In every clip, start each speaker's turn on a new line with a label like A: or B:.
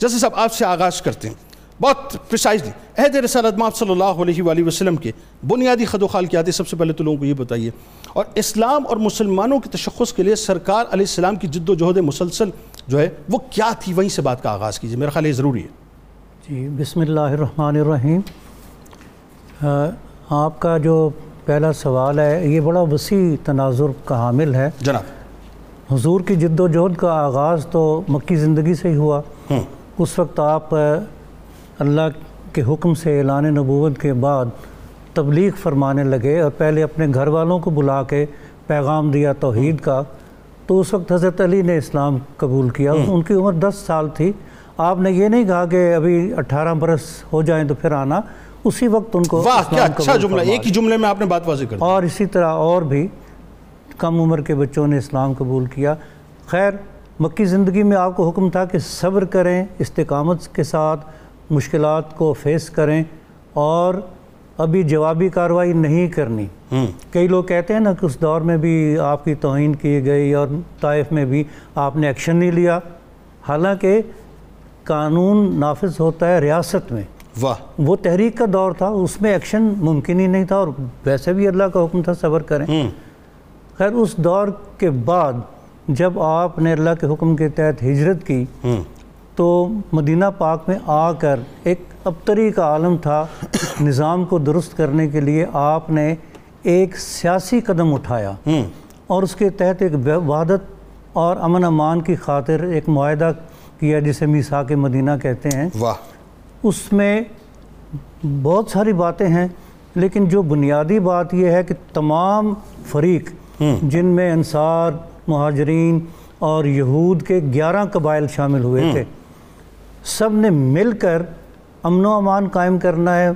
A: جیسے صاحب آپ سے آغاز کرتے ہیں بہت پریسائزلی عہد رسالت ماب صلی اللہ علیہ وآلہ وسلم کے بنیادی خد و خال کیا تھے سب سے پہلے تو لوگوں کو یہ بتائیے اور اسلام اور مسلمانوں کے تشخص کے لیے سرکار علیہ السلام کی جد و جہد مسلسل جو ہے وہ کیا تھی وہیں سے بات کا آغاز کیجیے میرا خیال یہ ضروری ہے
B: جی بسم اللہ الرحمن الرحیم آ، آپ کا جو پہلا سوال ہے یہ بڑا وسیع تناظر کا حامل ہے
A: جناب
B: حضور کی جد و جہد کا آغاز تو مکی زندگی سے ہی ہوا
A: ہوں
B: اس وقت آپ آ، اللہ کے حکم سے اعلان نبوت کے بعد تبلیغ فرمانے لگے اور پہلے اپنے گھر والوں کو بلا کے پیغام دیا توحید کا تو اس وقت حضرت علی نے اسلام قبول کیا ان کی عمر دس سال تھی آپ نے یہ نہیں کہا کہ ابھی اٹھارہ برس ہو جائیں تو پھر آنا اسی وقت ان کو
A: واہ کیا
B: اسلام
A: اچھا
B: قبول
A: جملہ
B: فرما
A: ایک ہی جملے میں آپ نے بات واضح کر دی
B: اور اسی طرح اور بھی کم عمر کے بچوں نے اسلام قبول کیا خیر مکی زندگی میں آپ کو حکم تھا کہ صبر کریں استقامت کے ساتھ مشکلات کو فیس کریں اور ابھی جوابی کارروائی نہیں کرنی
A: ہوں
B: کئی لوگ کہتے ہیں نا کہ اس دور میں بھی آپ کی توہین کی گئی اور طائف میں بھی آپ نے ایکشن نہیں لیا حالانکہ قانون نافذ ہوتا ہے ریاست میں
A: واہ
B: وہ تحریک کا دور تھا اس میں ایکشن ممکن ہی نہیں تھا اور ویسے بھی اللہ کا حکم تھا صبر کریں
A: ہوں
B: خیر اس دور کے بعد جب آپ نے اللہ کے حکم کے تحت ہجرت کی
A: ہوں
B: تو مدینہ پاک میں آ کر ایک ابتری کا عالم تھا نظام کو درست کرنے کے لیے آپ نے ایک سیاسی قدم اٹھایا
A: ہوں
B: اور اس کے تحت ایک وحدت اور امن امان کی خاطر ایک معاہدہ کیا جسے میساک مدینہ کہتے ہیں
A: واہ
B: اس میں بہت ساری باتیں ہیں لیکن جو بنیادی بات یہ ہے کہ تمام فریق جن میں انصار مہاجرین اور یہود کے گیارہ قبائل شامل ہوئے تھے سب نے مل کر امن و امان قائم کرنا ہے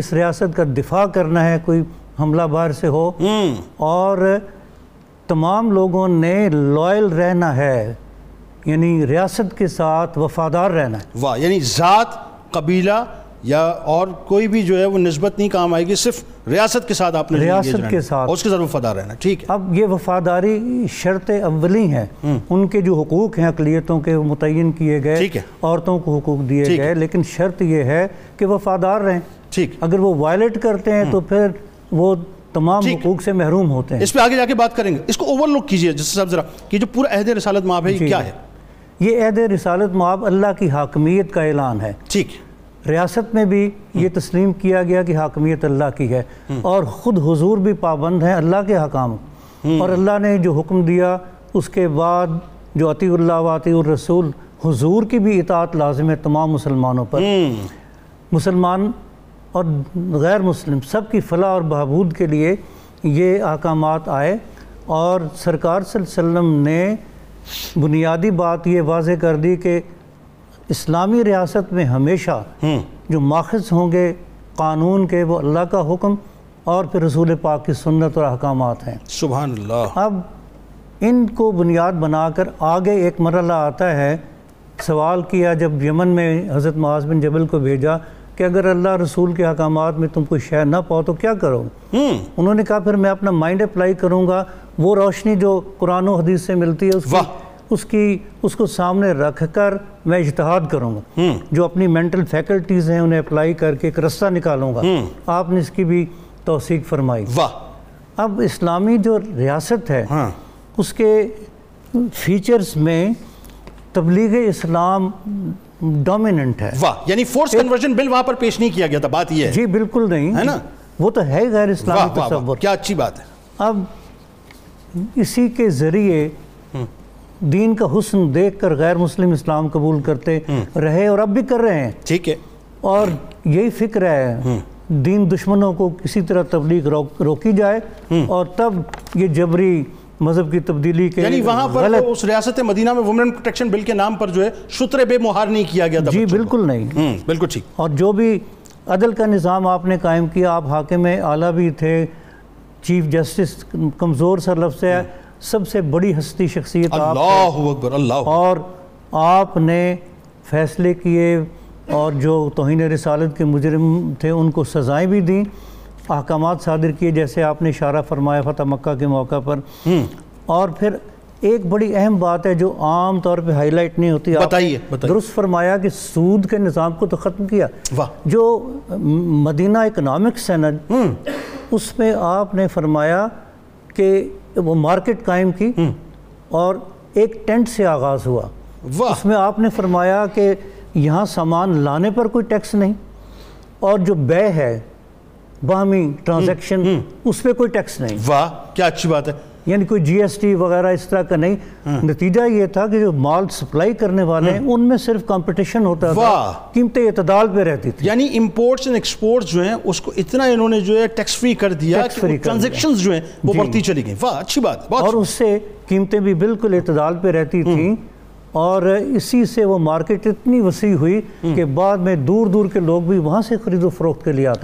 B: اس ریاست کا دفاع کرنا ہے کوئی حملہ باہر سے ہو
A: ہوں
B: اور تمام لوگوں نے لائل رہنا ہے یعنی ریاست کے ساتھ وفادار رہنا ہے
A: واہ یعنی ذات قبیلہ یا اور کوئی بھی جو ہے وہ نسبت نہیں کام آئے گی صرف ریاست کے ساتھ آپ نے
B: ریاست
A: engage
B: کے
A: رہنا
B: ساتھ۔
A: اور اس کے ساتھ وفادار رہنا ٹھیک ہے
B: اب یہ وفاداری شرط اولی ہیں ان کے جو حقوق ہیں اقلیتوں کے وہ متعین کیے گئے
A: ٹھیک ہے۔
B: عورتوں کو حقوق دیے
A: ٹھیک ہے۔
B: گئے لیکن شرط یہ ہے کہ وفادار رہیں
A: ٹھیک
B: اگر وہ وائلیٹ کرتے ہیں تو پھر وہ تمام
A: ٹھیک۔
B: حقوق سے محروم ہوتے ہیں
A: اس پہ آگے جا کے بات کریں گے اس کو اوور لک کیجیے جس صاحب ذرا کہ جو پورا عہد رسالت ماب ہے یہ
B: جی۔
A: کیا ہے
B: یہ عہد رسالت معاب اللہ کی حاکمیت کا اعلان ہے
A: ٹھیک ہے
B: ریاست میں بھی یہ تسلیم کیا گیا کہ حاکمیت اللہ کی ہے اور خود حضور بھی پابند ہیں اللہ کے حکام اور اللہ نے جو حکم دیا اس کے بعد جو عطی اللہ واطی الرسول حضور کی بھی اطاعت لازم ہے تمام مسلمانوں پر
A: ہوں
B: مسلمان اور غیر مسلم سب کی فلاح اور بہبود کے لیے یہ احکامات آئے اور سرکار صلی اللہ علیہ وسلم نے بنیادی بات یہ واضح کر دی کہ اسلامی ریاست میں ہمیشہ
A: ہوں
B: جو ماخذ ہوں گے قانون کے وہ اللہ کا حکم اور پھر رسول پاک کی سنت اور احکامات ہیں
A: سبحان اللہ
B: اب ان کو بنیاد بنا کر آگے ایک مرحلہ آتا ہے سوال کیا جب یمن میں حضرت معاذ بن جبل کو بھیجا کہ اگر اللہ رسول کے احکامات میں تم کوئی شے نہ پاؤ تو کیا کرو
A: ہوں
B: انہوں نے کہا پھر میں اپنا مائنڈ اپلائی کروں گا وہ روشنی جو قرآن و حدیث سے ملتی ہے اس کی
A: واہ!
B: اس کی اس کو سامنے رکھ کر میں اجتہاد کروں گا
A: ہوں
B: جو اپنی مینٹل فیکلٹیز ہیں انہیں اپلائی کر کے ایک رستہ نکالوں گا
A: ہوں۔
B: آپ نے اس کی بھی توثیق فرمائی
A: واہ
B: اب اسلامی جو ریاست ہے
A: ہاں
B: اس کے فیچرز میں تبلیغ اسلام ڈومیننٹ ہے
A: واہ یعنی فورس کنورژن بل وہاں پر پیش نہیں کیا گیا تھا بات یہ ہے
B: جی بالکل
A: ہے
B: نہیں
A: نا؟
B: وہ تو ہے ہی غیر
A: واہ
B: اسلامی
A: واہ واہ
B: تصور
A: کیا اچھی بات ہے
B: اب اسی کے ذریعے دین کا حسن دیکھ کر غیر مسلم اسلام قبول کرتے رہے اور اب بھی کر رہے ہیں
A: ٹھیک ہے
B: اور یہی فکر ہے دین دشمنوں کو کسی طرح تبلیغ روک- روکی جائے اور تب یہ جبری مذہب کی تبدیلی کے
A: یعنی وہاں پر
B: غلط
A: اس ریاست مدینہ میں وومن پروٹیکشن بل کے نام پر جو ہے شتر بے مہار نہیں کیا گیا تھا
B: جی
A: بچوں کو۔
B: بالکل نہیں
A: ہوں بالکل ٹھیک
B: اور جو بھی عدل کا نظام آپ نے قائم کیا آپ حاکم اعلیٰ بھی تھے چیف جسٹس کمزور سا لفظ ہے سب سے بڑی ہستی شخصیت آپ تھے۔
A: اللہ اکبر اللہ
B: اور آپ نے فیصلے کیے اور جو توہین رسالت کے مجرم تھے ان کو سزائیں بھی دیں احکامات صادر کیے جیسے آپ نے اشارہ فرمایا فتح مکہ کے موقع پر اور پھر ایک بڑی اہم بات ہے جو عام طور پہ ہائی لائٹ نہیں ہوتی آپ نے
A: بتائیے، بتائیے۔
B: درست فرمایا کہ سود کے نظام کو تو ختم کیا
A: واہ
B: جو مدینہ اکنامکس ہے نا اس میں آپ نے فرمایا کہ وہ مارکیٹ قائم کی اور ایک ٹینٹ سے آغاز ہوا
A: واہ
B: اس میں آپ نے فرمایا کہ یہاں سامان لانے پر کوئی ٹیکس نہیں اور جو بے ہے باہمی ٹرانزیکشن اس پہ کوئی ٹیکس نہیں
A: واہ کیا اچھی بات ہے
B: یعنی کوئی جی ایس ٹی وغیرہ اس طرح کا نہیں نتیجہ یہ تھا کہ جو مال سپلائی کرنے والے ہیں ان میں صرف کمپٹیشن ہوتا تھا
A: واہ!
B: قیمتیں اعتدال پہ رہتی تھی
A: یعنی امپورٹس اینڈ ایکسپورٹس جو ہیں اس کو اتنا انہوں نے جو ہے ٹیکس فری کر دیا کہ
B: Tax free کر دیا۔ جی۔
A: ٹرانزیکشنز جو ہیں وہ بڑھتی چلی گئیں واہ اچھی بات ہے،
B: اور
A: بہت
B: اس سے قیمتیں بھی بالکل اعتدال پہ رہتی تھیں اور اسی سے وہ مارکیٹ اتنی وسیع ہوئی کہ بعد میں دور دور کے لوگ بھی وہاں سے خرید و فروخت کے لیے آتے